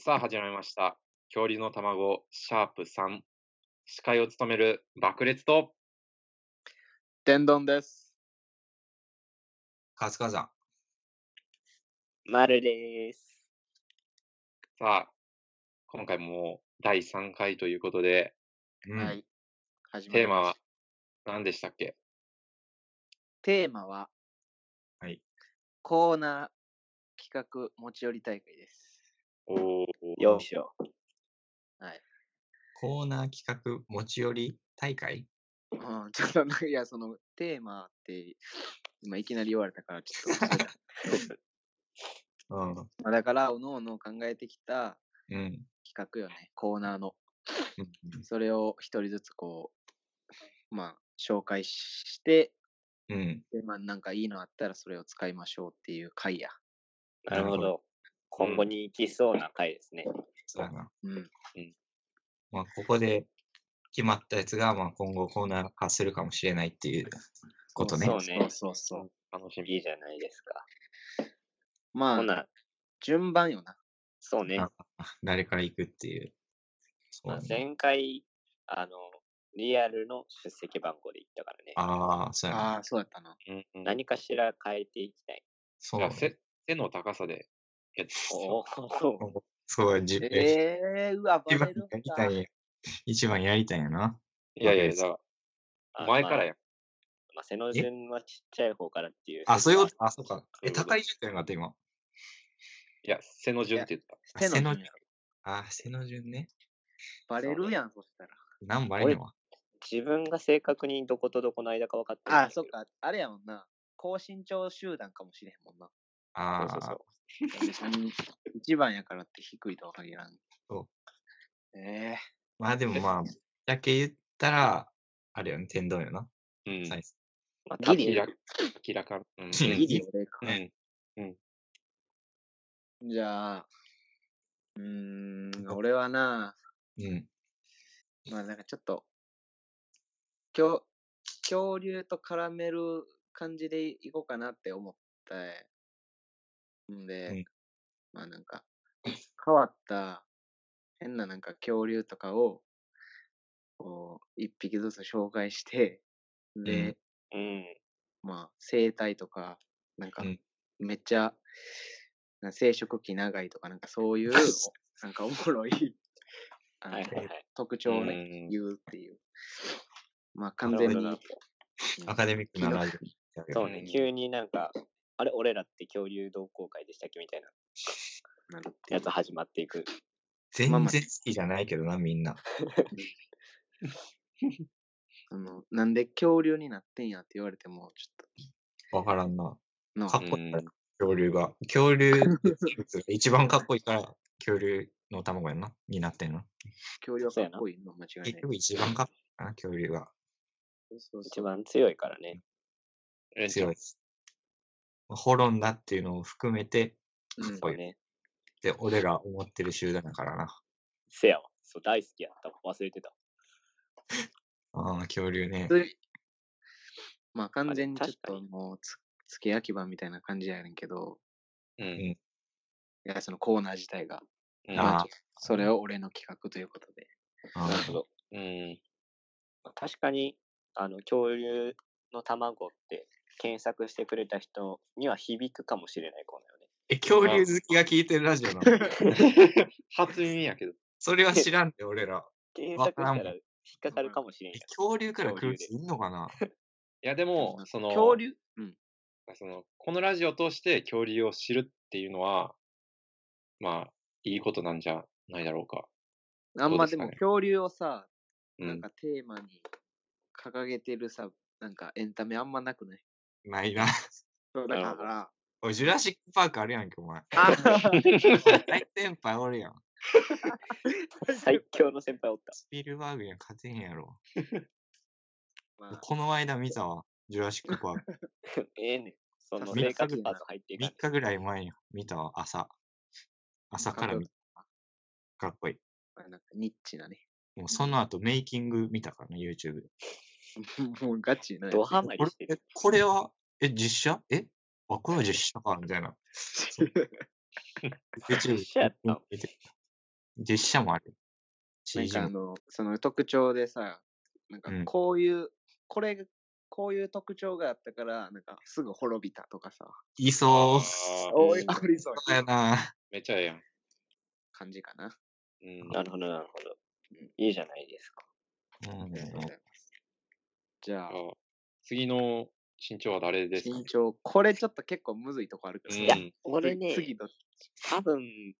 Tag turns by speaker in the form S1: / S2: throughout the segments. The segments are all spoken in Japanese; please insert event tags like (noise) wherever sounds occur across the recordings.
S1: さあ始まりました。恐竜の卵、シャープ3。司会を務める爆裂と、
S2: 天丼です。
S3: 春日さ
S4: 丸です。
S1: さあ、今回も第3回ということで、
S2: うん、はい。
S1: テーマは何でしたっけ
S4: テーマは、
S3: はい。
S4: コーナー企画持ち寄り大会です。
S1: お、
S4: よいしょ。はい。
S3: コーナー企画持ち寄り大会
S4: うん、ちょっとなんか、いや、その、テーマって、今いきなり言われたから、ちょっ
S3: と。うん。ま
S4: あ、だから、おのおの考えてきた
S3: 企
S4: 画よね、うん、コーナーの。それを一人ずつこう、まあ、紹介して、
S3: うん。
S4: で、まあ、なんかいいのあったら、それを使いましょうっていう回や。
S5: なるほど。今後に行きそうな回ですね。
S3: そうな。、
S4: うん。うん
S3: まあ、ここで決まったやつが、まあ、今後コーナー化するかもしれないっていうことね。
S4: そうね。そうそう
S5: 楽しみ。いいじゃないですか。
S4: まあ、順番よな。
S5: そうね。
S3: 誰から行くっていう。
S5: まあ、前回、あの、リアルの出席番号で行ったからね。
S3: ああ、そうや
S4: ああ、そうやったな。
S5: 何かしら変えていきたい。
S3: そう
S1: 背の高さでやつ。
S3: そう、自分。
S4: えー、うわ、
S3: 一番やりたい。一番やりたいんやな。
S1: いやいや、だから、前からや。
S5: まあ、背の順はちっちゃい方からっていう。
S3: あ、そういうことあ、そうか。え、高い順ってなかった、今。。
S1: いや、背の順って言った
S3: 背の順。あ、背の順ね。
S4: バレるやん、そしたら。
S3: 何バレるわ。
S5: 自分が正確にどことどこの間か分かって
S4: あ、そっか。あれやもんな。高身長集団かもしれへんもんな。
S3: あ
S4: あ。そうそう一番やからって低いとは限らん。。
S3: そう
S4: ええー、
S3: まあでもまあ、だけ言ったら、あれよね、天丼よな。
S1: うん。
S4: まあ、ギリ。
S1: 明らか。うん、
S4: ギリ俺か。
S1: うん。
S4: うん、じゃあ、うん、俺はな、
S3: うん。
S4: まあなんかちょっと、恐恐竜と絡める感じでいこうかなって思ったんで、うん、まあなんか、変わった変ななんか恐竜とかを、こう、一匹ずつ紹介して、で、
S5: うん、
S4: まあ生態とか、なんか、めっちゃ、生殖期長いとか、なんかそう (laughs) いう、なんかおもろいあの、はいはい、特徴をね、言うっていう。まあ完全に。
S3: アカデミックなラジ
S5: オ。そうね、急になんか、あれ、俺らって恐竜同好会でしたっけみたいな。やつ始まっていく。
S3: 全然好きじゃないけどな、みんな。
S4: あのなんで恐竜になってんやって言われても、ちょっ
S3: と。わからんな。かっこいい恐竜が。恐竜、一番かっこいいから、恐竜の卵やな、になってんの。
S4: 恐竜はかっこいいの間違いない。
S3: 結局一番かっこいいかな、恐竜が。
S5: 一番強いからね。
S3: 強いです。滅んだっていうのを含めて、
S4: かっこいい。ね、
S3: で、俺ら思ってる集団だからな。
S5: せやわ。そう、大好きやったわ。忘れてた。
S3: ああ、恐竜ね。
S4: まあ、完全にちょっともうつ、つけ焼き場みたいな感じやねんけど、
S3: うん。い
S4: や、そのコーナー自体が。まあ、それを俺の企画ということで。
S5: なるほど。
S1: うん。
S5: 確かに、あの、恐竜の卵って検索してくれた人には響くかもしれないコーナーよね。
S3: え、恐竜好きが聞いてるラジオなの
S1: 初耳やけど。
S3: それは知らんで、俺ら。
S5: 検索したら引っかかるかもしれん。
S3: 恐竜から来る人いんのかない
S1: や、でも、その、。
S4: 恐竜うん
S1: その、このラジオを通して恐竜を知るっていうのは、まあ、いいことなんじゃないだろうか。
S4: あんまでも恐竜をさ、なんかテーマに掲げてるさ、なんかエンタメあんまなくない
S3: ないな。 (laughs)
S4: そうだから。 (laughs)
S3: おジュラシック・パークあるやんけ、お前。大先輩おるやん。
S5: 最強の先輩おった。 (laughs)
S3: スピルバーグには勝てへんやろ。この間見たわ、ジュラシック・パーク。
S5: ええねその生活パート入ってい
S3: か3日ぐらい前に見たわ、朝。朝から見た。かっこいい。
S4: なんかニッチなね。 (laughs)
S3: もうその後メイキング見たからね、YouTube
S4: で。もうガチな
S5: ドハマりして
S3: る。これは、え、実写えあ、これは実写かみたいな。
S5: YouTube 実写やった。
S3: 実写もある。
S4: なん
S3: CG
S4: かあ
S3: も。
S4: の、その特徴でさ、なんか
S3: うん
S4: こういう、これ、こういう特徴があったから、なんかすぐ滅びたとかさ、
S3: いそう。
S1: あー
S4: お
S1: う
S4: い
S1: ん
S4: ありそう (laughs)
S3: そうやな。
S1: めっちゃええやん。
S4: 感じかな。
S1: うん
S5: なるほど、なるほど。いいじゃないですか。
S3: う
S4: あ
S3: ん
S4: りがとうございます。じゃあ
S1: あ、次の身長は誰ですか
S4: 身長、これちょっと結構むずいとこあるけど、
S1: うん
S5: いや
S1: うん、
S5: 俺ね、
S4: 次どっち
S5: 多分、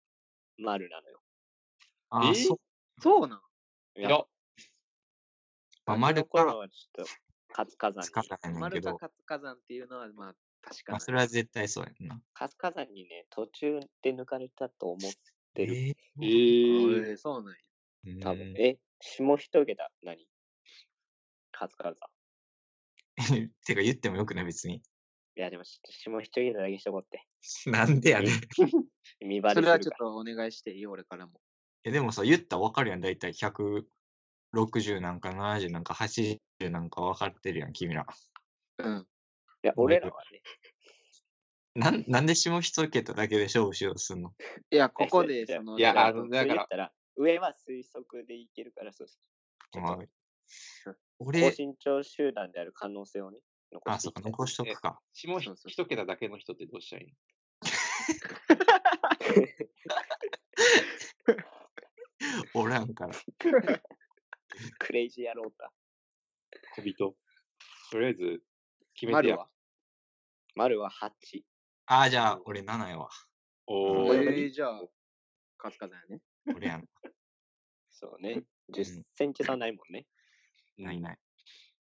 S5: 丸なのよ。
S3: あ
S1: え
S3: ー、
S1: ー
S3: そう
S4: そうなん
S1: いや、
S3: か。丸
S5: この
S3: か
S5: 頃、はちょっと、カツカザン
S3: つか
S5: に。
S3: ないねんけ
S4: 丸か
S3: ど、
S4: 活火山っていうのは、まあ、確かに
S3: まあ、。それは絶対そうやんな。
S5: カツカザンにね、途中で抜かれたと思ってる。
S3: え
S1: え
S3: ー
S1: ー、
S4: えーそうなんや。
S3: うん
S5: 多分。え、下一桁、何カツカザン。
S3: (laughs) てか言ってもよくない、別に。 (laughs)
S5: いや、でもちょっと下一桁だけしとこうって。
S3: なんでやねん。
S5: 見バレ
S4: それ
S5: するか
S4: は
S5: ら
S4: ちょっとお願いしていい俺からも。
S3: え、でもさ、言ったらわかるやん、だいたい160なんか70なんか80なんか分かってるやん、君ら。
S4: うん。
S5: いや、
S3: もう
S5: 俺らはね、
S3: なんなんで下一桁だけで勝負しようとすんの
S4: いや、こ
S5: (laughs)
S4: こ
S5: え
S4: で、
S5: じゃあ
S4: その、
S1: いや
S4: ちょっ
S1: あ
S4: と
S1: のだから
S5: そう言ったら、上は推測でいけるから、そうそう。ちょっ
S3: まあ
S5: と高
S3: 俺、
S5: 身長集団である可能性をね、残
S3: あ、
S5: して
S3: そ
S5: いうき
S3: か、
S5: たい
S3: 残しとくか。 (laughs)
S1: 下
S4: そうそう
S1: 一桁だけの人ってどうしたらいいの
S3: おらんから。
S5: クレイジー野郎だ。
S1: 小人。とりあえず、決めて
S4: 丸
S1: や。
S4: は。
S5: 丸は8。
S3: あー、じゃあ、俺7やわ。
S1: お
S4: え
S1: ー、
S4: ー、じゃあ、カツカザンやね。
S3: 俺
S5: (laughs)
S3: やん。
S5: そうね。10センチ差ないもんね。
S3: ないない。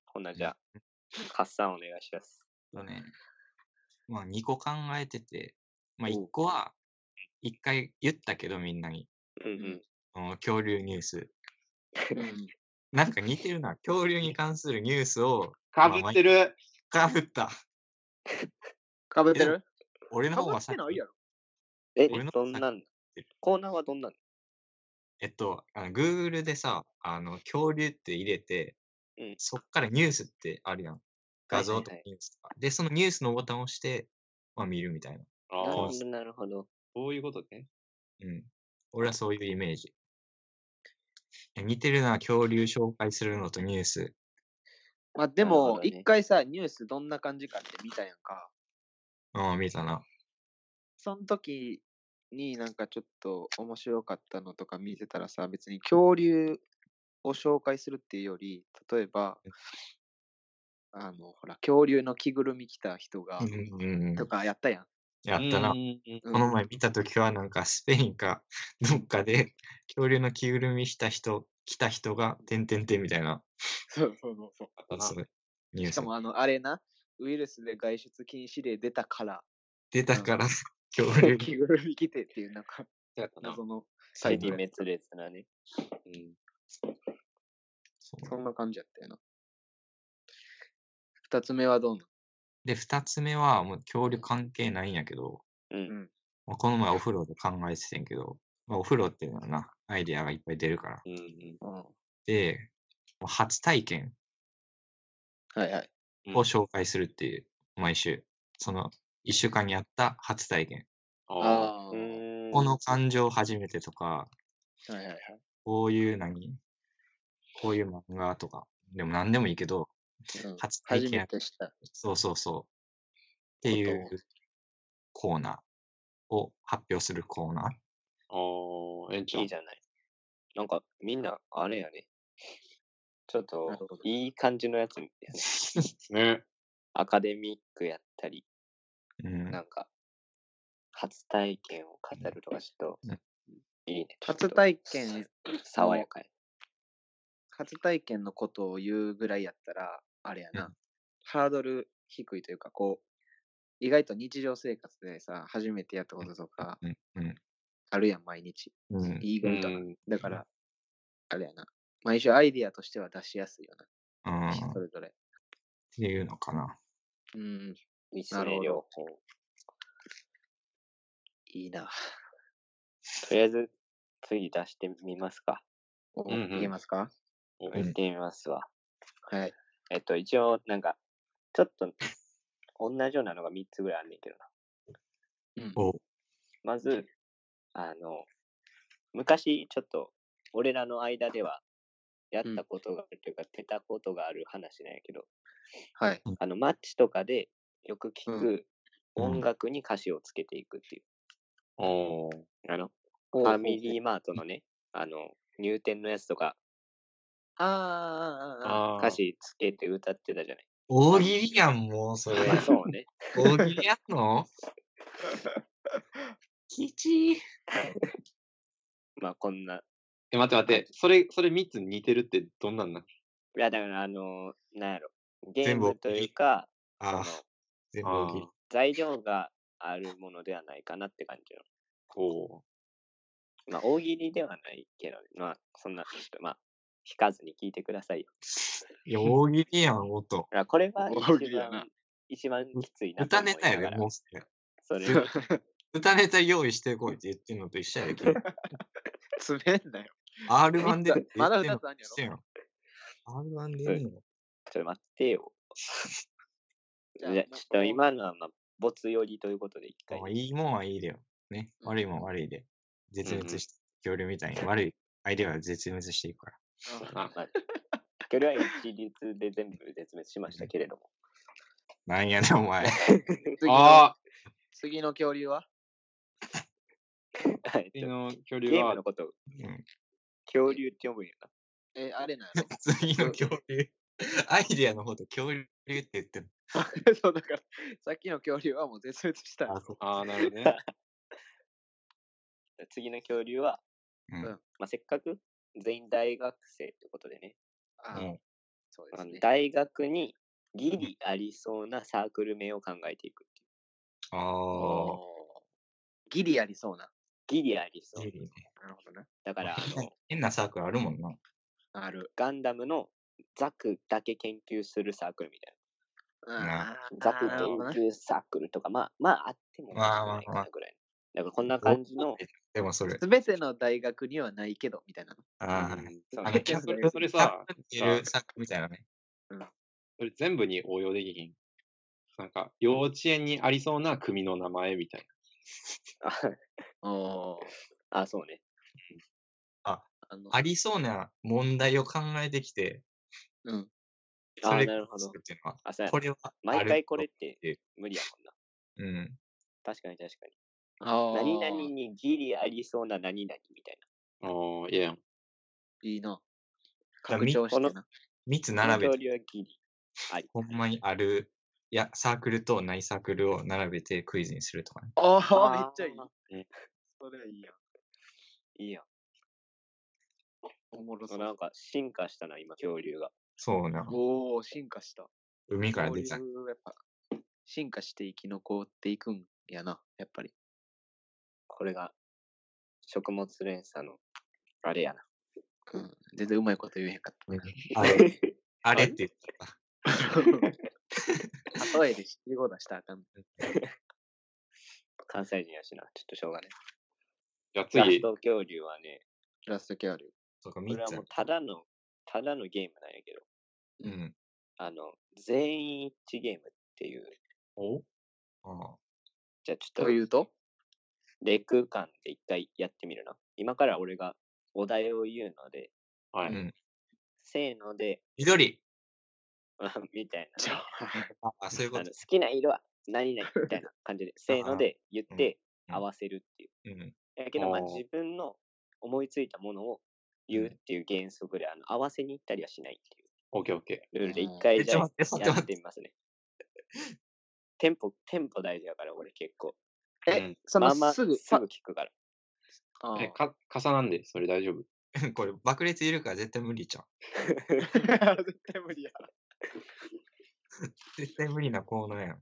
S5: ほんならじゃあ、カッサンお願いします。
S3: とね、まあ、2個考えてて、まあ、
S5: おう
S3: 1個は、1回言ったけど、みんなに。
S5: うんうん。
S3: あの恐竜ニュース。
S4: うん。
S3: なんか似てるな。恐竜に関するニュースを、
S1: かぶってる。
S3: かぶった。
S4: かぶってる
S3: 俺の
S4: か
S3: 方
S4: ぶ
S3: が
S4: っ
S3: さ
S4: て
S3: っき
S4: ないやろ。
S5: え
S3: 俺の、
S5: どんなんコーナーはどんなん
S3: えっと、あの Google でさ、あの、恐竜って入れて、
S5: うん
S3: そっからニュースってあるやん。画像とか
S5: はい
S3: ニュースとか。で、そのニュースのボタンを押して、まあ見るみたいな。
S1: あ
S5: なる
S1: あ
S5: ほ
S1: ー、
S5: ど、なるほど。
S1: そういうことね。
S3: うん。俺はそういうイメージ。いや似てるな、恐竜紹介するのとニュース。
S4: まあ、で
S5: なるほ
S4: も
S5: ど、ね
S4: 一回さ、ニュースどんな感じかって見たやんか。
S3: うん、見たな。
S4: その時になんかちょっと面白かったのとか見てたらさ、別に恐竜を紹介するっていうより、例えば、あの、ほら、恐竜の着ぐるみ着た人が
S3: う、ん、うんうん
S4: とかやったやん。
S3: やったな
S1: う。ーん
S4: こ
S3: この前見たときは、なんかスペインかどっかで (laughs) 恐竜の着ぐるみした人、来た人が、てんてんてんみたいな、
S4: そうそうそうそう。
S1: あったな
S3: そ。うニュー
S4: し
S3: ス
S4: かもあの、あれな、ウイルスで外出禁止令出たから、
S3: 出たから、恐
S4: (laughs)
S3: 竜
S4: 着ぐるみ着てっていう、なんか、
S1: やったな。
S4: 謎のタ
S5: 死
S4: イト
S5: に
S4: ルや。
S5: 滅裂なね。
S1: うん
S3: そう
S4: そんな感じやったよな。二つ目はどうな
S3: で、二つ目は、もう恐竜関係ないんやけど、
S5: うん。
S3: まあ、この前お風呂で考えててんけど、まあ、お風呂っていうのはな、アイデアがいっぱい出るから。
S1: うんうん
S4: の
S3: で、もう初体験
S4: うん。はいはい。
S1: うん
S3: を紹介するっていう、毎週。その一週間にあった初体験。
S1: あ
S4: ああ。
S5: うーん
S3: この感情初めてとか、
S4: はいはいはい。
S3: こういう何こういう漫画とか、でも何でもいいけど、
S4: うん
S3: 初体
S4: 初
S3: 験
S4: めてした。
S3: そうそうそう。っていうコーナーを発表するコーナー。
S1: あ。ああ、えんちゃん。
S5: いいじゃない。なんか、みんな、あれやね。ちょっ
S4: なるほ
S5: と
S4: ど、
S5: いい感じのやつみ (laughs) たいな。
S1: ね。
S5: アカデミックやったり、
S3: うん
S5: なんか、初体験を語るとか、ちょっ
S3: うん
S5: と、いいね。ちょっと
S4: 初体験、
S5: 爽やかや。
S4: 初体験のことを言うぐらいやったら、あれやな、
S3: うん
S4: ハードル低いというか、こう、意外と日常生活でさ、初めてやったこととか
S3: うんうん
S4: あるやん、毎日。
S3: うん
S4: 意
S1: う
S4: 外とな。
S1: ん。
S4: だから、あれやな。毎週アイディアとしては出しやすいよ
S3: うん
S4: な。
S3: っ
S4: それぞれ。
S3: ていうのかな。
S4: うん、
S5: 見つ
S4: なる
S5: め
S4: ほど
S5: 療法。
S4: いいな。
S5: とりあえず、次出してみますか。
S4: お
S1: うんうん
S4: 言えますか
S1: お
S3: ん
S5: 行ってみますわ。
S4: はい。
S5: えっと、一応、なんか、ちょっと、同じようなのが3つぐらいあんねんけどな。
S4: うん
S3: お
S5: まず、あの、昔ちょっと俺らの間ではやったことがあるというか、出たことがある話なんやけど、
S4: はい。
S5: あのマッチとかでよく聞く
S3: うん
S5: 音楽に歌詞をつけていくっていう、
S1: おー。
S5: あの、
S4: フ
S5: ファミリーマートのね、あの、入店のやつとか、
S4: あーあー、ああ、ああ。
S1: あー
S5: 歌詞つけて歌ってたじゃない。
S3: 大喜利やん、もう、
S5: (laughs)
S3: それ。
S5: まあそうね。
S3: 大喜利やんのきち
S5: まあこんな。
S1: え、待って待って。それ、それ3つ似てるってどんなんなん
S5: いや、だからあのなんやろ。ゲー
S3: 全部
S5: ムというか、そ
S3: あ
S5: の
S3: ー、全部大喜利
S1: あー。
S5: 材料があるものではないかなって感じの。
S1: おー。
S5: まあ大喜利ではないけど、まあそんな、ちょっとまあ、引かずに聞いてくださいよ。
S3: いや、大喜利やん、音。
S5: だからこれは
S4: 大喜
S5: 一
S4: 利やな
S5: 番、一番きついなと
S3: 歌
S5: 思い
S3: ネタや
S5: なが
S3: で、
S5: ら
S3: もうそれ。
S4: (laughs)
S5: それ、
S3: 歌ネタ用意してこいって言ってんのと一緒やで、君
S4: 詰めんなよ。
S3: R1 で。
S4: まだ二つあんやろ
S3: してんの。R1 でいいの
S5: ちょっと待ってよ。じ
S4: じ
S5: ゃ
S4: ゃ
S5: あ
S4: あ
S5: ちょっと今のは、まあ、没寄りということで一回
S3: まあ。いいもんはいいだよ。ね。悪いもんは悪いで。絶滅して、恐竜みたいに悪いアイデアは絶滅していくから。
S1: あ
S5: まあ、これは一律で全部絶滅しましたけれども。
S3: なんやねん、お前。
S4: 次の
S1: あ
S4: 次の恐竜は
S5: はい
S1: ー
S5: ちょっ
S1: の恐
S5: と
S1: 竜
S5: ゲーム
S1: は
S5: の、ことを
S3: うん (laughs)
S5: 恐竜って呼ぶんやな。
S4: え、あれなんや
S3: 次の恐竜。アイデアの方と恐竜って言ってん
S5: (laughs)
S4: ろそうだから、さっきの恐竜はもう絶滅した
S3: の。
S4: よ。
S3: あ、そう。
S1: あー、なるほどね。
S5: 次の恐竜は、
S3: うん
S4: うん
S5: まあ、せっかく全員大学生ということでね、
S4: あ
S3: う
S4: ー
S3: ん
S4: そうで
S5: ますあ
S4: ね。
S5: 大学にギリありそうなサークル名を考えていくってい
S3: あ
S4: お
S3: ー
S4: ーギリありそうな。
S5: う。ギリありそう
S3: い。いね
S4: なるほどね。
S5: だから、あ
S4: (laughs)
S5: の、
S3: 変なサークルあるもんな。
S4: ある。
S5: ガンダムのザクだけ研究するサークルみたい
S4: あー
S5: な。ザク
S4: なるほどね
S5: 研究サークルとか、まあ、まあ、あってもおかしくないかなぐらい。だから、こんな感じの、
S3: でもそれ。
S4: すべての大学にはないけど、みたいな。
S3: あー
S1: うんそう
S3: あ
S1: そ
S3: の、
S1: れ
S3: キャ
S1: そ
S3: ブ
S1: れそれさ、
S3: キャブいるサークルみたいなね。
S1: それ全部に応用できひん。なんか、幼稚園にありそうな組の名前みたい
S5: あ
S4: おー
S5: (laughs) あ、そうね。
S4: あの
S3: ありそうな問題を考えてきて、
S4: うん。
S5: あ
S3: そ
S5: ー
S3: れ
S5: なるほど
S3: 作っていうのは
S5: あ、そうや
S3: これはある、
S5: 毎回これって
S3: ていう
S5: 無理やもんな。
S3: うん。
S5: 確かに確かに。
S4: あー
S5: 何々にギリありそうな何々みたい
S1: な。おー、いや、
S4: いいな。
S3: だから
S4: 拡張してな。
S3: 密
S5: な。
S3: 並べ
S5: この
S3: て、
S5: 恐竜はギリ
S4: (laughs)
S5: あり。
S3: ほんまにある、いや、サークルとないサークルを並べてクイズにするとかね。
S4: あ
S5: あ
S4: あ、
S5: ー
S4: めっちゃいい。それいいやん。
S5: いいやん。
S4: おもろそ
S5: なん
S4: う。
S5: か進化したな、
S4: (laughs)
S5: 今、恐竜が。
S3: そうな。
S4: おお、進化した。
S3: 海から
S4: 恐
S3: 出
S4: 竜
S3: た。
S4: やっぱ進化して生き残っていくんやな、やっぱり。
S5: これが、食物連鎖の、あれやな。
S4: うん、全然うまいこと言えへんか
S3: うん
S4: っ
S3: あれ、あれって言った。
S4: た。 (laughs) 例えで七五出したらあかん。
S5: 関西人やしな。ちょっとしょうがない。
S1: じゃあ
S5: ラ
S1: 次
S5: ス、ト恐竜はね、
S4: ラストキャリ
S3: そうか、
S5: これ
S3: 密
S5: は
S3: あ
S5: もう
S3: る
S5: ただの、ただのゲームなんやけど、
S3: うん。
S5: あの、全員一致ゲームっていう、
S1: お
S3: あ
S5: じゃあ
S4: ー。
S5: ちょっ
S4: と
S5: と
S4: いうと
S5: レ空間で一回やってみるな。今から俺がお題を言うので、
S1: は
S3: あう
S1: い。
S3: ん。
S5: せーので、 (laughs)
S3: 緑
S5: みたい
S4: じ
S5: な
S4: ゃ
S5: ね、
S3: ああ、そういう
S5: あ
S3: こ
S5: の
S3: と
S5: 好。きな色は何々みたいな感
S3: (laughs)
S5: じで、せーので言って
S3: うん
S5: 合わせるっていう。
S3: うん。
S5: やけど、まあ
S1: おー
S5: 自分の思いついたものを言うっていう原則で、あの合わせに行ったりはしないっていう
S1: オッケーオッケ
S5: ルールで
S4: うん
S5: 一回
S3: え、
S5: じ
S3: ちょ
S5: ゃ
S3: っと待って、ちょっ
S5: あ
S3: と
S5: や
S3: 待
S5: っ
S3: ってて。
S5: みますね。テンポ、テンポ大事だから、俺結構。
S1: ー。
S4: え
S1: うん
S4: そ
S5: ま
S4: の
S5: あまあ、
S4: す
S5: すぐ
S4: ぐ、
S5: 聞くから。
S4: あ
S1: え、か、重なんで、それ大丈夫。
S3: (laughs) これ、爆裂いるから絶対無理じゃん。
S4: ー絶対無理や。
S3: 絶対無理なコーナーやん。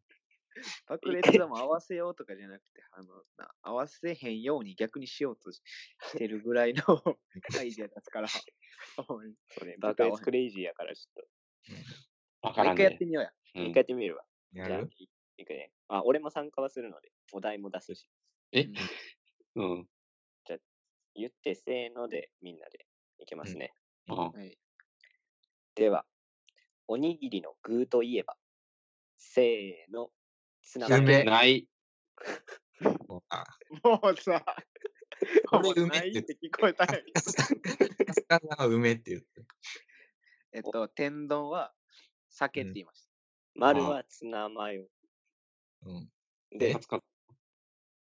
S4: 爆裂でも合わせようとかじゃなくて、あの、な合わせへんように逆にしようとししてるぐらいの (laughs) アイデア出す (laughs) から。おい
S5: (laughs) それ、
S4: ちょっ
S5: 爆
S4: と合わせ
S5: 裂クレイジーやから、ちょっ
S1: わか
S4: もう
S1: らん
S4: 一回やっ
S1: で
S4: て。みようや。
S5: と、
S1: う
S5: 一
S1: ん
S5: 回やってみるわ。
S3: や
S5: じゃあ
S3: る
S5: いいくね。あ、俺も参加はするので、お題も出すし。
S1: え
S4: うん
S1: うん。
S5: 言ってせーので、みんなでいけますね。
S1: あ
S4: はい
S5: では、おにぎりの具といえば、せーの、ツナマヨ
S3: 梅
S1: ない。
S3: あ
S4: (laughs) もうさ、
S3: 俺
S4: もう
S3: 梅って
S4: ないって聞こえたよ。
S3: 魚は梅って言って。
S4: えっと、天丼は酒って言いまし
S5: 丸はツナマヨ。
S3: うん、
S5: で
S1: 初、か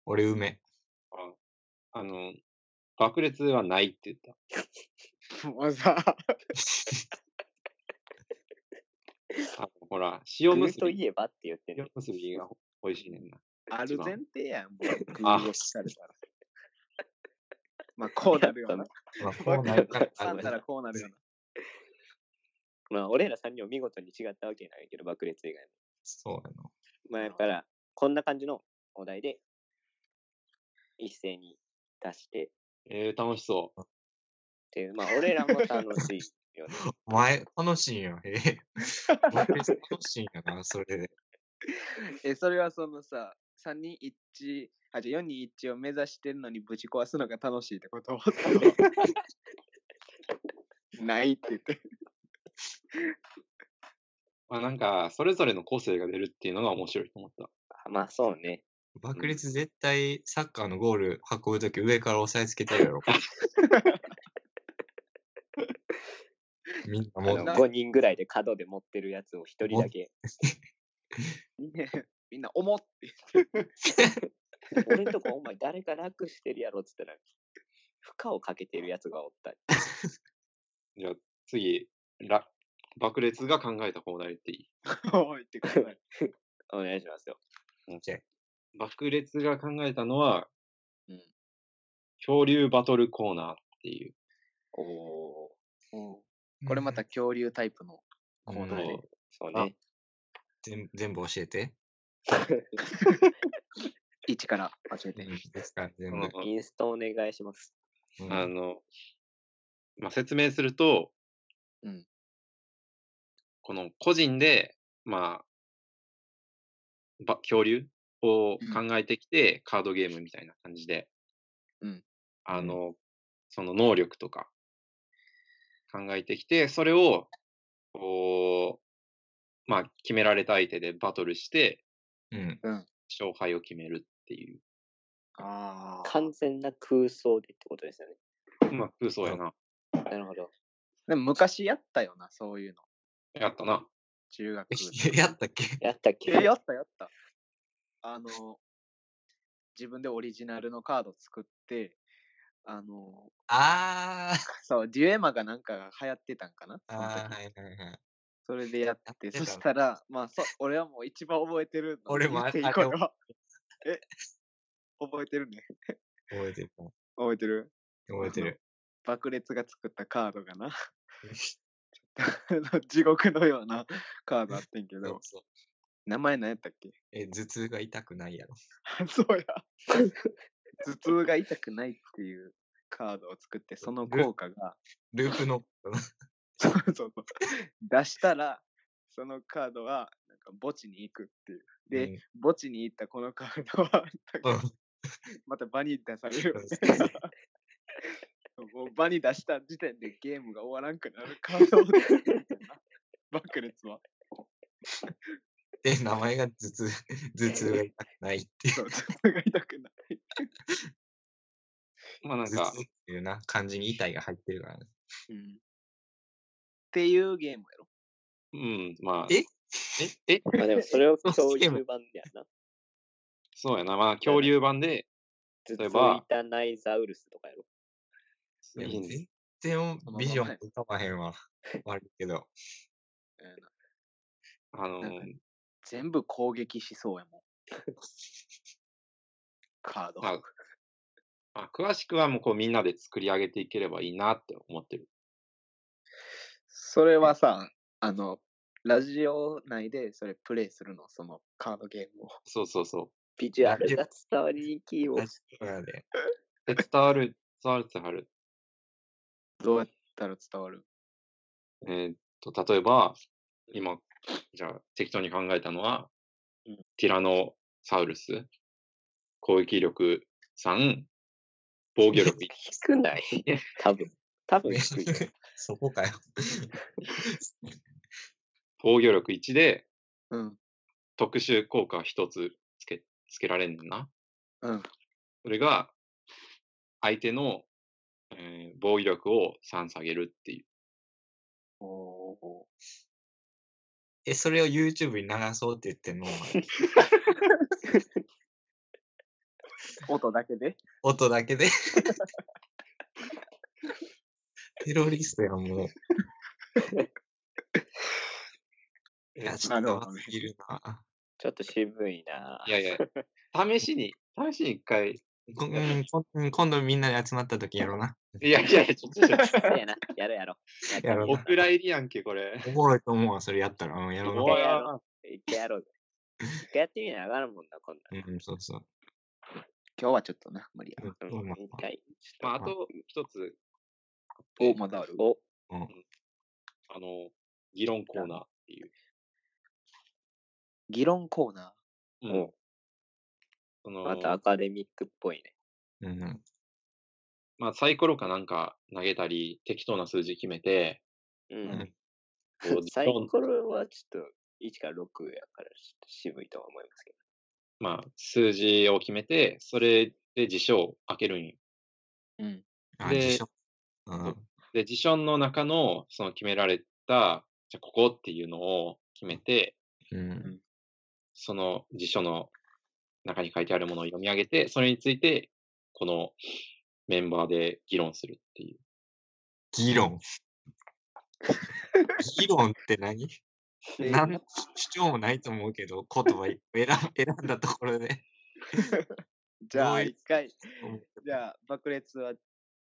S3: 俺梅。
S1: あの、爆裂はないって言った。
S3: (laughs)
S4: た。もうさ、
S1: あのほら、塩
S5: 具
S1: むす
S5: と
S1: び、
S5: いえばって言って
S1: 塩
S5: る。
S1: むすびが美味しいねんな。
S4: ある前提やん。もう、
S3: (laughs)
S4: グ
S1: あ
S4: ーをされたら。まあ、こうなる
S5: (laughs)
S4: よな。
S3: まあ、こうなるから。
S4: 噛んだらこうなるよな。
S5: まあ、俺ら3人は見事に違ったわけないけど、爆裂以外も。
S3: そうやな。
S5: まあ、やから、こんな感じのお題で、一斉に出して、っ
S1: えー、楽しそ
S5: ていう、まあ、俺らも楽しいよね。
S3: お前、楽しいんや。へえ。爆裂楽しいんやな、それで。 (laughs)
S4: え、それはそのさ、3人一致、あ、じゃあ4人一致を目指してるのにぶち壊すのが楽しいってこと (laughs) ないって言って。
S1: う。まあ、なんか、それぞれの個性が出るっていうのが面白いと思った。
S5: あまあ、そうね。
S3: 爆裂絶対サッカーのゴール運ぶとき上から押さえつけてるやろ。みんなも
S1: あ
S3: う
S1: の
S5: 5人ぐらいで角で持ってるやつを1人だけ、
S4: みんな (laughs) みんな思って。 (laughs)
S5: 俺んとこお前誰か楽してるやろっつったら、負荷をかけてるやつがおったり。
S1: じゃあ、次、ら爆裂が考えた放題っていい
S4: おいってくださ
S3: (laughs)
S4: い。
S5: お願いしますよ。
S1: 爆裂が考えたのは、
S4: うん
S1: 恐竜バトルコーナーっていう。
S5: おお
S4: これまた恐竜タイプの。
S3: う
S4: こうなる
S1: そ
S3: ん
S1: う
S5: そうね。
S3: 全全部教えて。
S4: 一から教え
S3: う
S4: て。
S3: んですから全
S1: そ
S3: 部
S1: の。
S5: インストお願いします。
S3: うん
S1: あの、まあ、説明すると、
S4: うん
S1: この個人で、まあ、ば恐竜を考
S4: うん
S1: えてきて、カードゲームみたいな感じで、
S4: うん
S1: あの、その能力とか考えてきて、それを、こう、まあ、決められた相手でバトルして、
S3: うん。
S1: 勝敗を決めるっていう。
S4: ああ。
S5: 完全な空想でってことですよね。
S1: まあ、空想やな。
S5: なるほど。
S4: でも昔やったよな、そういうの。
S1: やったな。
S4: 中学。
S3: え (laughs) やったっけ
S5: やったっ
S4: (laughs)
S5: け
S4: え、やったやった。あの、自分でオリジナルのカード作って、あの、(laughs)
S3: あー
S4: そう、デュエマがなんか流行ってたんかなその
S3: あー
S4: 時
S3: はいはいはい。
S4: それでやっ
S3: やって
S4: て、
S3: た
S4: そしたら、まあそう、俺はもう一番覚えてるの。
S3: 俺も
S4: 言っていい
S3: あれ
S4: これは。え、覚えてるね。
S3: 覚えてる。
S4: 覚えてる
S3: 覚えてる。
S4: 爆裂が作ったカードがな。あの (laughs) 地獄のようなカードあってんけ
S3: そう
S4: ど、
S3: そう
S4: 名前何やったっけ
S3: え、頭痛が痛くないやろ。
S4: (laughs) そうや。頭痛が痛くないっていうカードを作 (laughs) って、その
S3: ル
S4: 効果が、
S3: ループの。
S4: そうそうそう (laughs) 出したら、そのカードは、なんか墓地に行くっていう。で、
S3: うん
S4: 墓地に行ったこのカードは、
S3: う
S4: なん
S3: ん
S4: かまた場に出される。
S3: そうそう
S4: (laughs) もう場に出した時点でゲームが終わらんくなるカードを作ってんな。 (laughs) 爆裂は。
S3: で、名前が頭痛、頭痛が痛くないっていう。
S4: そう、頭痛が痛くない。
S1: まあ、なん
S3: 頭
S4: (laughs)
S1: か
S3: 痛、っていうな、漢字に痛いが入ってるからね。
S4: っていうゲームやろ。
S1: うん、まあ。
S3: え
S1: ええ
S5: まあでもそれを
S3: そう
S5: 恐
S3: ゲーム
S5: 竜版でやな。
S1: そうやな。まあ、恐竜版で、
S5: 頭
S1: 例え
S5: 痛
S1: ば
S5: いたないザウルスとかやろ。
S1: いいんです
S3: 全然
S4: まま
S3: ビジョン浮かばへんわ。悪いけど。
S4: うん
S1: あのー
S4: なんか全部攻撃しそうやもん。カード。
S1: まあ、まあ、詳しくはもうこうみんなで作り上げていければいいなって思ってる。
S4: それはさ、あの、ラジオ内でそれプレイするの、そのカードゲームを。
S1: そうそうそ
S5: ビジュアルが伝わりにきいを
S3: ラ。ジオやで。
S1: う。で、伝わる、 (laughs) 伝わる、伝わる。
S4: どうやったら伝わる
S1: えーっと、例えば、今、じゃあ適当に考えたのは、ティラノサウルス、攻撃力3、防御力1。
S5: 低ない。多分。多分低いよ。
S3: (laughs) そこかよ。
S1: 防御力1で
S4: うん。
S1: 特殊効果1つつけ、つけられんねんな。
S4: うん。
S1: それが、相手の、えー防御力を3下げるっていう。
S5: お
S3: え、それを YouTube に流そうって言ってんの
S4: 音だけで。
S3: 音だけで。テロリストやんもう。いや、ちょ
S4: な
S3: っ
S4: る
S3: と
S4: ほど
S3: 甘すぎるな。
S5: ちょっと渋いない
S1: やいや、試しに、試しに一回。
S3: こうんこうん今度みんなで集まった時やろうな。
S1: いやいやいや、ちょっとち
S5: (laughs)
S1: ょっと。
S5: そうやな。やろうやろう。
S3: やろう
S1: お蔵入りやんけ、これ。
S3: おもろいと思うわ、それやったら。うん、
S1: (laughs)
S3: やろう
S5: お
S1: お
S5: い
S1: い
S5: やろう。一回やろうぜ。一回やってみなあかんもんな、こん
S3: な。うん、そうそう。
S4: 今日はちょっとな、無理や。
S3: うん
S5: な。
S3: うんん
S5: 一回。
S1: まあ、あと一つ、
S4: お、まだある。
S5: お、
S1: あの、議論コーナーっていう。
S4: 議論コーナ
S1: う
S5: お
S1: ん。その、
S5: またアカデミックっぽいね。
S3: うんうん
S1: まあ、サイコロかなんか投げたり、適当な数字決めて、
S5: うん。
S1: こう
S5: (laughs) サイコロはちょっと1から6やからちょっと渋いとは思いますけ
S1: まあ、数字を決めて、それで辞書を開けるんよ。
S4: ー。うん。
S3: あ、
S1: で
S3: 辞書。うん。
S1: で、辞書の中の、その決められた、じゃあここっていうのを決めて、
S3: うん。
S1: その辞書の中に書いてあるものを読み上げて、それについて、このメンバーで議論するっていう。
S3: 議 (laughs) 論。議論って何
S5: ど。
S3: 何の主張もないと思うけど、言 (laughs) 葉い選選んだところで。 (laughs)
S4: じゃ
S3: ど
S4: あ、
S3: ういう
S4: 一回、じゃあ、爆裂は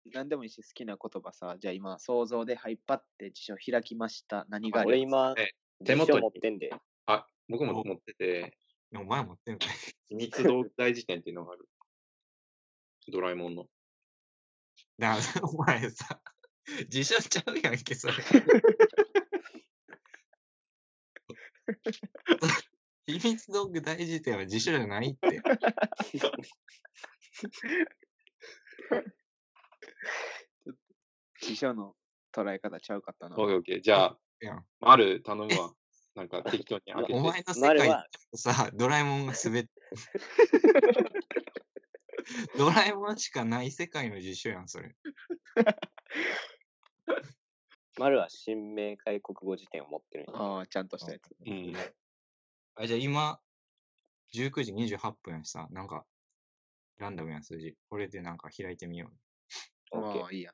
S4: 何でもいいし、好きな言葉さ、じゃあ今、想像で、はい、パって辞書開きました。何があ
S5: 俺
S4: ります
S5: 今、
S1: 手
S5: 手
S1: 元
S5: 元
S1: に
S5: 持ってんで。
S1: あ、僕も持ってて、
S3: お前持ってんのかい (laughs)
S1: 秘密道具大辞典っていうのがある。ドラえもんの。
S3: だから (laughs) お前さ、辞書ちゃうやんけ、 (laughs) それ。秘密道具大事典は辞書じゃないって。
S4: 辞書の捉え方ちゃうかったな。
S1: オッケーオッケー。じゃあ
S3: いや、
S1: ある頼むわ。なんか適当に開け
S3: お
S1: て。
S3: 前の世
S5: 丸
S3: 界
S5: は、
S3: さ、ドラえもんが滑 (laughs) って。ドラえもんしかない世界の辞書やん、それ。
S5: 丸は新明解国語辞典を持ってるんや。
S4: ああ、ちゃんとしたやつ。
S1: うん。
S3: あ、じゃあ今、19時28分やしさ、なんか、ランダムやん数字。これでなんか開いてみよ
S5: オッケ
S4: ああ、いいや。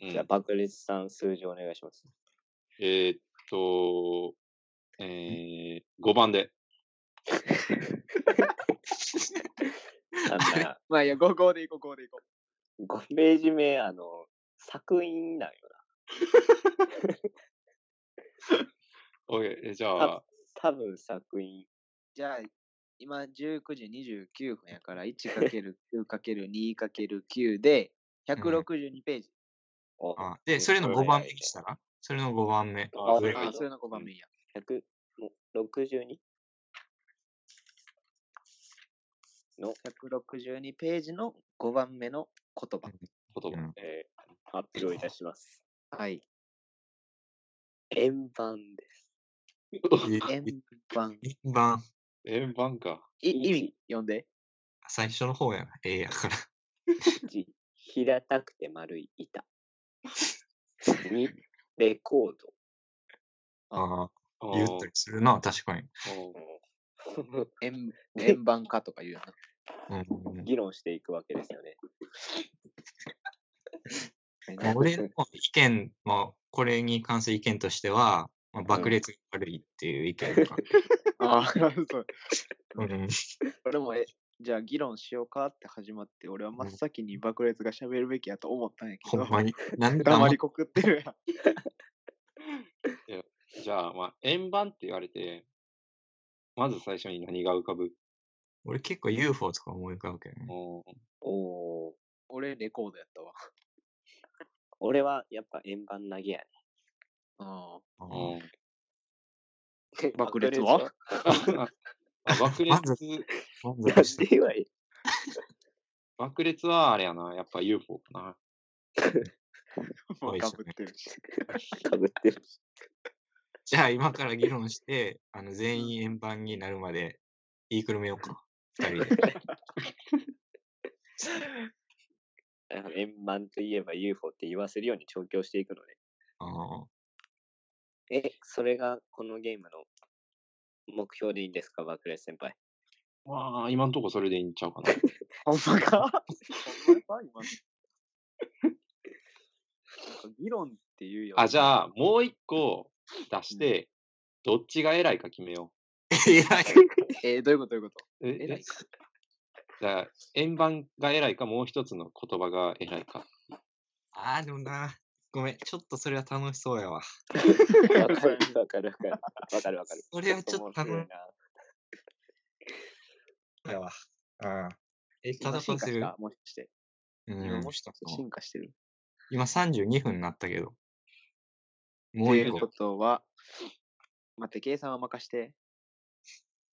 S1: う
S5: ー。
S1: ん
S5: じゃあ、爆裂さん数字お願いします。
S1: えーっと、えー、5番で。
S5: なんか、
S4: まあいいや、5号でいこう、5でいこ
S5: 5ページ目、あの、作品なんよ
S1: オッケー。えじゃ
S5: な。
S1: あ、
S5: 多分作品。
S4: う。じゃあ、今、19時29分やから、1×9×2×9 で、162ページ。
S5: お
S3: う。あで、それの5番目にしたらそれの5番目。
S1: あ
S3: どれ
S1: うん
S3: が
S4: あ
S3: いい
S4: あ、それの5番目いいや。
S5: 162?
S4: 162ページの5番目の言葉。
S1: 言葉。
S5: えー、発表いたします。
S4: はい。
S5: 円盤です。
S4: 円盤。
S3: 一番、
S1: 円盤か。
S4: い意味読んで。
S3: 最初の方やな。ええやから。
S5: 1、平たくて丸い板。2、レコー
S3: (laughs)
S5: ド。
S3: あ
S1: あ
S3: あ、
S1: ー
S3: 言ったりするな、確かに。
S4: (laughs) 円円盤かとか言うよな。
S3: うんうんうん
S5: 議論していくわけですよね。
S3: まあ俺の意見、まあ、これに関する意見としては、まあ、爆裂が悪いっていう意見か。
S4: (laughs) ああ、そう。
S3: (laughs) うん、
S4: 俺も、え、じゃあ議論しようかって始まって、俺は真っ先に爆裂が喋るべきやと思ったんやけ
S3: ほ
S4: ど
S3: ん、まに。なんで
S4: 黙
S3: 黙
S4: りこくってるやん。
S1: じゃあ、まあ、円盤って言われて、まず最初に何が浮かぶ
S3: 俺結構 UFO とか思い浮かぶけどね。
S1: おー
S5: おー
S4: 俺、レコードやったわ。
S5: 俺はやっぱ円盤投げや
S4: ああ
S3: あー
S1: うん
S5: ね。
S4: 爆裂は
S1: (laughs) ああ爆
S3: まず
S1: 裂、
S3: 満
S5: なん
S3: 足して
S5: で言わい
S1: 爆裂はあれやな、やっぱ UFO かな。
S4: もう
S3: い
S4: か
S3: です
S4: ぶ
S3: ね
S4: ってるし。
S5: かぶってるし。
S3: じゃあ今から議論して、あの全員円盤になるまで言いくるめようか。二人で。
S5: あの円満といえば UFO って言わせるように調教していくの
S3: ああ。
S5: で。え、それがこのゲームの目標でいいんですか、バクレス先輩。
S1: まあ、今んとこそれでいいんちゃうか
S3: (laughs)
S1: な。
S4: ほんまか
S5: ほんまか今のなんか議論っていうより
S1: あ、じゃあ、もう一個出して、どっちが偉いか決めよ
S3: (laughs) いや、
S4: えー、どういうことどういうこと
S1: う。え
S5: 偉い
S1: じゃあ、円盤が偉いか、もう一つの言葉が偉いか。
S3: ああ、でもな。ごめん、ちょっとそれは楽しそうやわ。
S5: わかるわかるわかる。わかるわかる。
S3: それはちょっと
S5: 面白いな
S3: やわ。ああ。え、た
S5: 今
S3: だ
S5: 進
S3: パ
S5: 化
S3: ス
S5: し
S3: ル
S5: た。もしかして。
S3: うん
S4: 今もしかして
S3: そう
S4: 進化してる
S3: 今32分になったけど。も
S4: と
S3: う
S4: い
S3: 一
S4: うこ
S3: 個、
S4: とは、待って、計算は任して。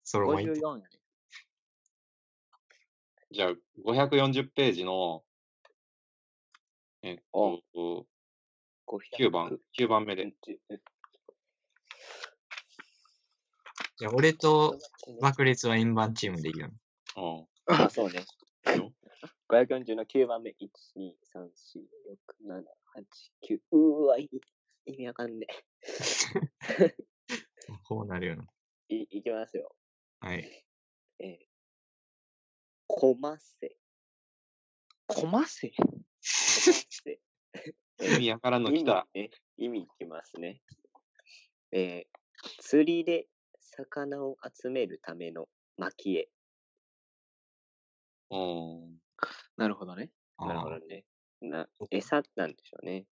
S3: それもう一
S4: 54
S3: 個。
S4: やね。
S1: じゃあ、540ページの、えっと、9
S5: 9
S1: 番、9番目で。
S3: いや、俺と爆裂は円盤チームでいいよ。
S1: うん。
S5: あ、そうね。
S1: いいよ
S5: 540の9番目。1、2、3、4、6、7、8、9。うーわ、い意味わかんね
S3: こうなるよな。
S5: え。い、いきますよ。
S3: はい。
S5: えー、こませ。
S4: こませ
S5: こませ。
S3: (laughs)
S1: 意味わからんの
S5: 意
S1: 来
S5: 味
S1: た。
S5: ね、意味いきますね。えー釣りで魚を集めるための蒔絵。
S1: うん。
S4: なるほどね。
S3: あ
S5: なるほ
S3: あ
S5: どね。な
S3: そっか
S5: 餌なんでしょうね。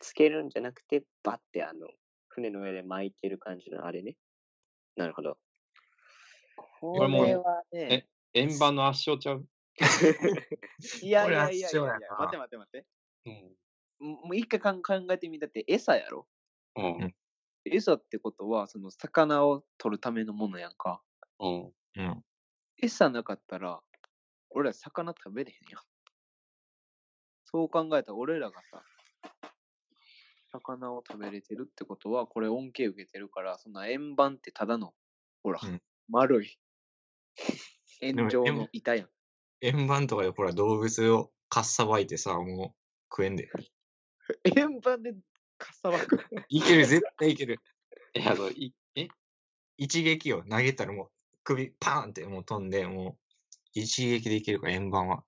S5: つけるんじゃなくて、バッてあの、船の上で巻いてる感じのあれね。なるほど。
S1: これもう
S4: はね、
S1: 円盤の圧勝ちゃう。
S4: いや
S3: こ
S4: い
S3: れ
S4: や
S3: はい
S4: やい
S3: 必
S4: やい
S3: 要
S4: や
S3: やな
S4: 待って待って待って。
S1: うん。
S4: んもう一回かん考えてみたって、餌やろ
S1: うん。
S4: 餌ってことは、その魚を取るためのものやんか。
S1: うん。
S3: うん。
S4: 餌なかったら、俺ら魚食べれへんやん。そう考えたら俺らがさ、魚を食べれてるってことは、これ恩恵受けてるから、そんな円盤ってただの、ほら、
S3: うん
S4: 丸い。
S3: も
S4: 円状
S3: で
S4: の
S3: も
S4: 板やん。
S3: 円盤とかでほら動物をかっさばいてさ、もう食えんで。
S4: 円盤でかさばく。
S3: いける、絶対いける。
S1: いや、そう、いえ
S3: 一撃を投げたらもう首パーンってもう飛んで、もう一撃でいけるから円盤は。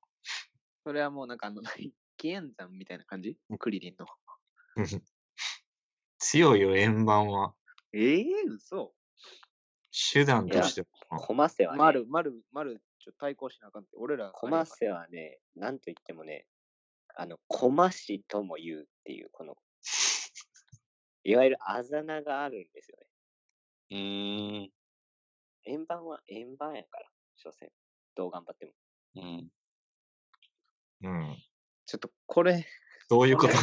S4: それはもうなんかあの、 (laughs) 何紀元山みたいな感じクリリンの。
S3: 強いよ、円盤は。
S4: ええ嘘。
S3: 手段としても。
S5: コマセはね、
S4: 丸、丸、丸、ちょっと対抗しなあかんって、俺ら。
S5: コマセはね、なんと言ってもね、あの、コマシとも言うっていう、この、 (laughs) いわゆるあざながあるんですよね。
S1: うーん。
S5: 円盤は円盤やから、所詮。どう頑張っても。
S1: うん。
S3: うん。
S4: ちょっとこれ、
S3: どういうこと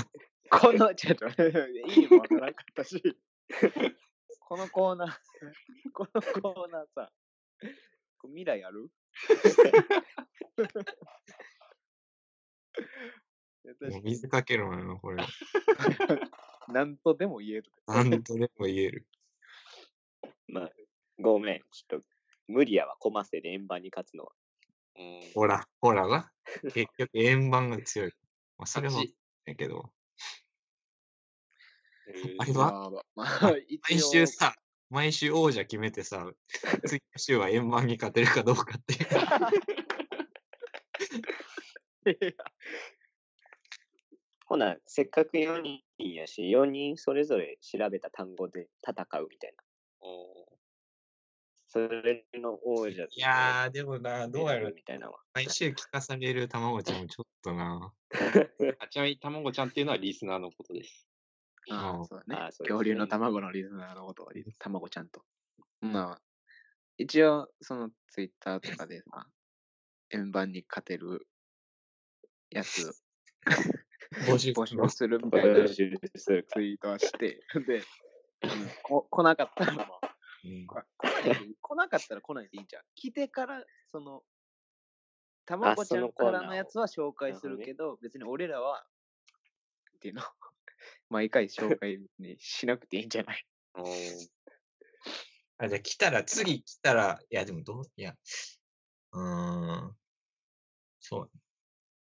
S4: この、ちょっと、意味もわからんかったし、 (laughs) このコーナー、このコーナーさ、これ未来ある
S3: もう
S4: 私、
S3: 水かけるのよ、これ。
S4: なんとでも言える。
S3: なんとでも言える。
S5: まあ、ごめん。ちょっと、無理やわ。コマセで円盤に勝つのは。
S1: うん
S3: ほら、ほらが。結局円盤が強い。まあ、それも
S1: 勝ち
S3: やけど。あ
S1: え
S3: れ
S1: ー
S4: ま
S3: は
S4: あまあ、
S3: 毎
S4: 一
S3: 週
S4: 応、
S3: さ、毎週王者決めてさ、次の週は円盤に勝てるかどうかっていう。
S5: ほな、せっかく4人やし、4人それぞれ調べた単語で戦うみたいな。
S1: おー
S5: それの王者
S3: (laughs) いやー、でもな、
S5: ー
S3: どうやろう
S5: みたいなのは。
S3: 毎週聞かされるたまごちゃんもちょっとな。
S1: あちなみに、たまごちゃんっていうのはリスナーのことです。
S4: あ
S3: う
S4: あ、
S3: ん
S4: そうだ
S5: あ
S4: ね
S5: あ。そうですね
S4: 恐竜の卵のリズナーのことをリズ、卵ちゃんと。まあ、一応、そのツイッターとかでさ、円盤に勝てるやつ、
S3: 募集
S4: 募
S3: す
S4: 集
S3: るの
S4: するみたいな
S5: 募
S4: ツ
S5: 集するか
S4: イートはして、 (laughs) で、こ来なかったら、まあ、
S3: うん
S4: こ (laughs) 来ないで来なかったら来ないでいいんじゃん。来てから、その、たまごちゃんからのやつは紹介するけど、別に俺らは、っていうの、 (laughs) 毎回紹介にしなくていいんじゃない (laughs)
S1: おー
S3: あ、じゃあ来たら、次来たら、いや、でもどう、いや、うーん、そう、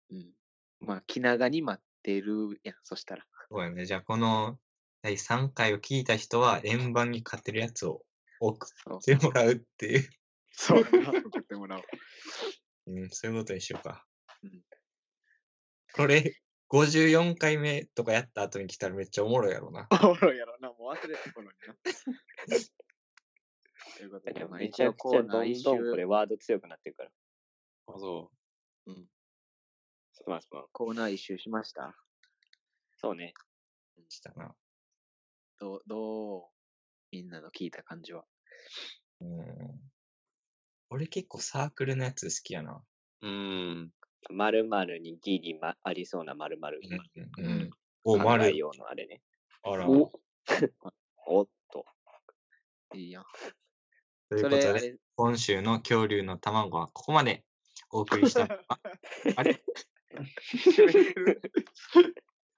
S4: うん。まあ、気長に待ってるやん、そしたら。
S3: そうやね。じゃあ、この第3回を聞いた人は、円盤に勝てるやつを送
S4: そう
S3: っ。てもらうっていう。 (laughs)
S2: そう。
S4: 送ってもらおう。
S3: うん、そういうことにしようか
S4: うん。
S3: これ、54回目とかやった後に来たらめっちゃおもろいやろな。
S2: おもろいやろな、もう忘れてこのにな。
S4: ということ
S5: だけ
S4: で、
S5: ど
S4: まあ、
S5: めち
S4: 一
S5: ゃ
S4: 応
S5: くち
S4: こ
S5: ゃ
S4: う、
S5: ど
S4: 来
S5: ん
S4: 週、
S5: どんこれワード強くなってるから。
S1: あ、そう。
S5: すまんすまん。
S4: コーナー一周しました。
S5: そうね。
S3: したな。
S4: どう、どう、みんなの聞いた感じは。
S3: うん。俺結構サークルのやつ好きやな。
S1: うーん。
S5: まるまるにギリ、ま、ありそうなまるまる。
S3: うん。お、
S5: 考
S3: マ
S5: え
S3: ル。
S5: ようのあれね。
S3: あら。
S4: お
S5: おっと。
S4: いいやん。
S3: という
S4: そ
S3: こ
S4: れ、
S3: と
S4: あ
S3: で、
S4: れ、
S3: 今週の恐竜の卵はここまでお送りしたのは。ああれ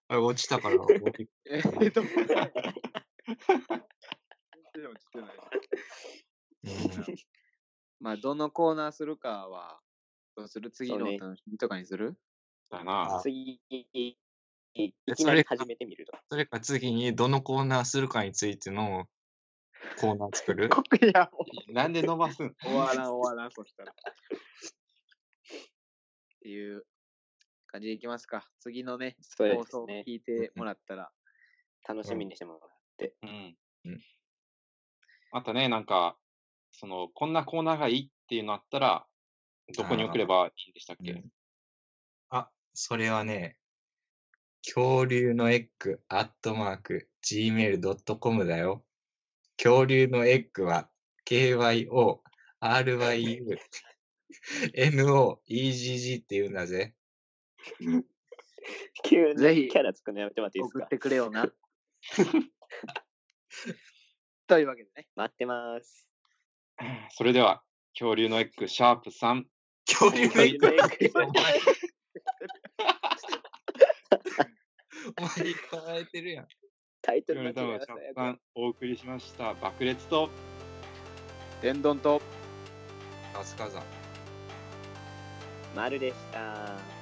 S3: あれ落ちたから、もう一
S2: えっと、全然落ちてない。
S3: うん
S4: (laughs) まあ、どのコーナーするかは、どうする次の
S5: そう
S4: お
S5: ね
S4: 楽しみとかにする
S1: だな。
S3: あ
S5: 次、いいき
S3: そ
S5: な
S3: れ
S5: り始めてみると。
S3: それか次にどのコーナーするかについてのコーナー作る
S2: いや、も
S1: なんで伸ばすん
S2: う終わらん、終わらん、そしたら。
S4: っていう感じでいきますか。次のね、
S5: そうで
S4: 放
S5: す
S4: 送を聞
S5: ね。
S4: いてもらったら、
S5: 楽しみにしてもらって。
S1: うん
S3: うん。
S1: あとね、なんか、その、こんなコーナーがいいっていうのあったら、どこに送ればいいんでしたっけ
S3: うんあ、それはね、恐竜のエッグアットマーク gmail.com だよ。恐竜のエッグは kyo, ryu, no, egg っていうんだ (laughs) ぜ。
S5: 急
S4: ぜ
S5: に
S4: ひ
S5: キャラ作るのやめてもらっていいです
S4: 送
S5: か
S4: ってくれよ
S5: (laughs)
S4: な。というわけでね、
S5: 待ってます。
S1: (laughs) それでは、恐竜のエッグ、シャープ3。
S3: 恐竜のエッグお前、お前いっぱい会えてるやん。
S5: タイト
S1: 恐
S5: ル
S1: 竜の
S5: 間
S1: エッ
S5: 違え
S1: グシャー
S5: ました
S1: プ3、お送りしました。爆裂と、
S2: 天丼と。
S3: あすかさん。
S5: 丸でした。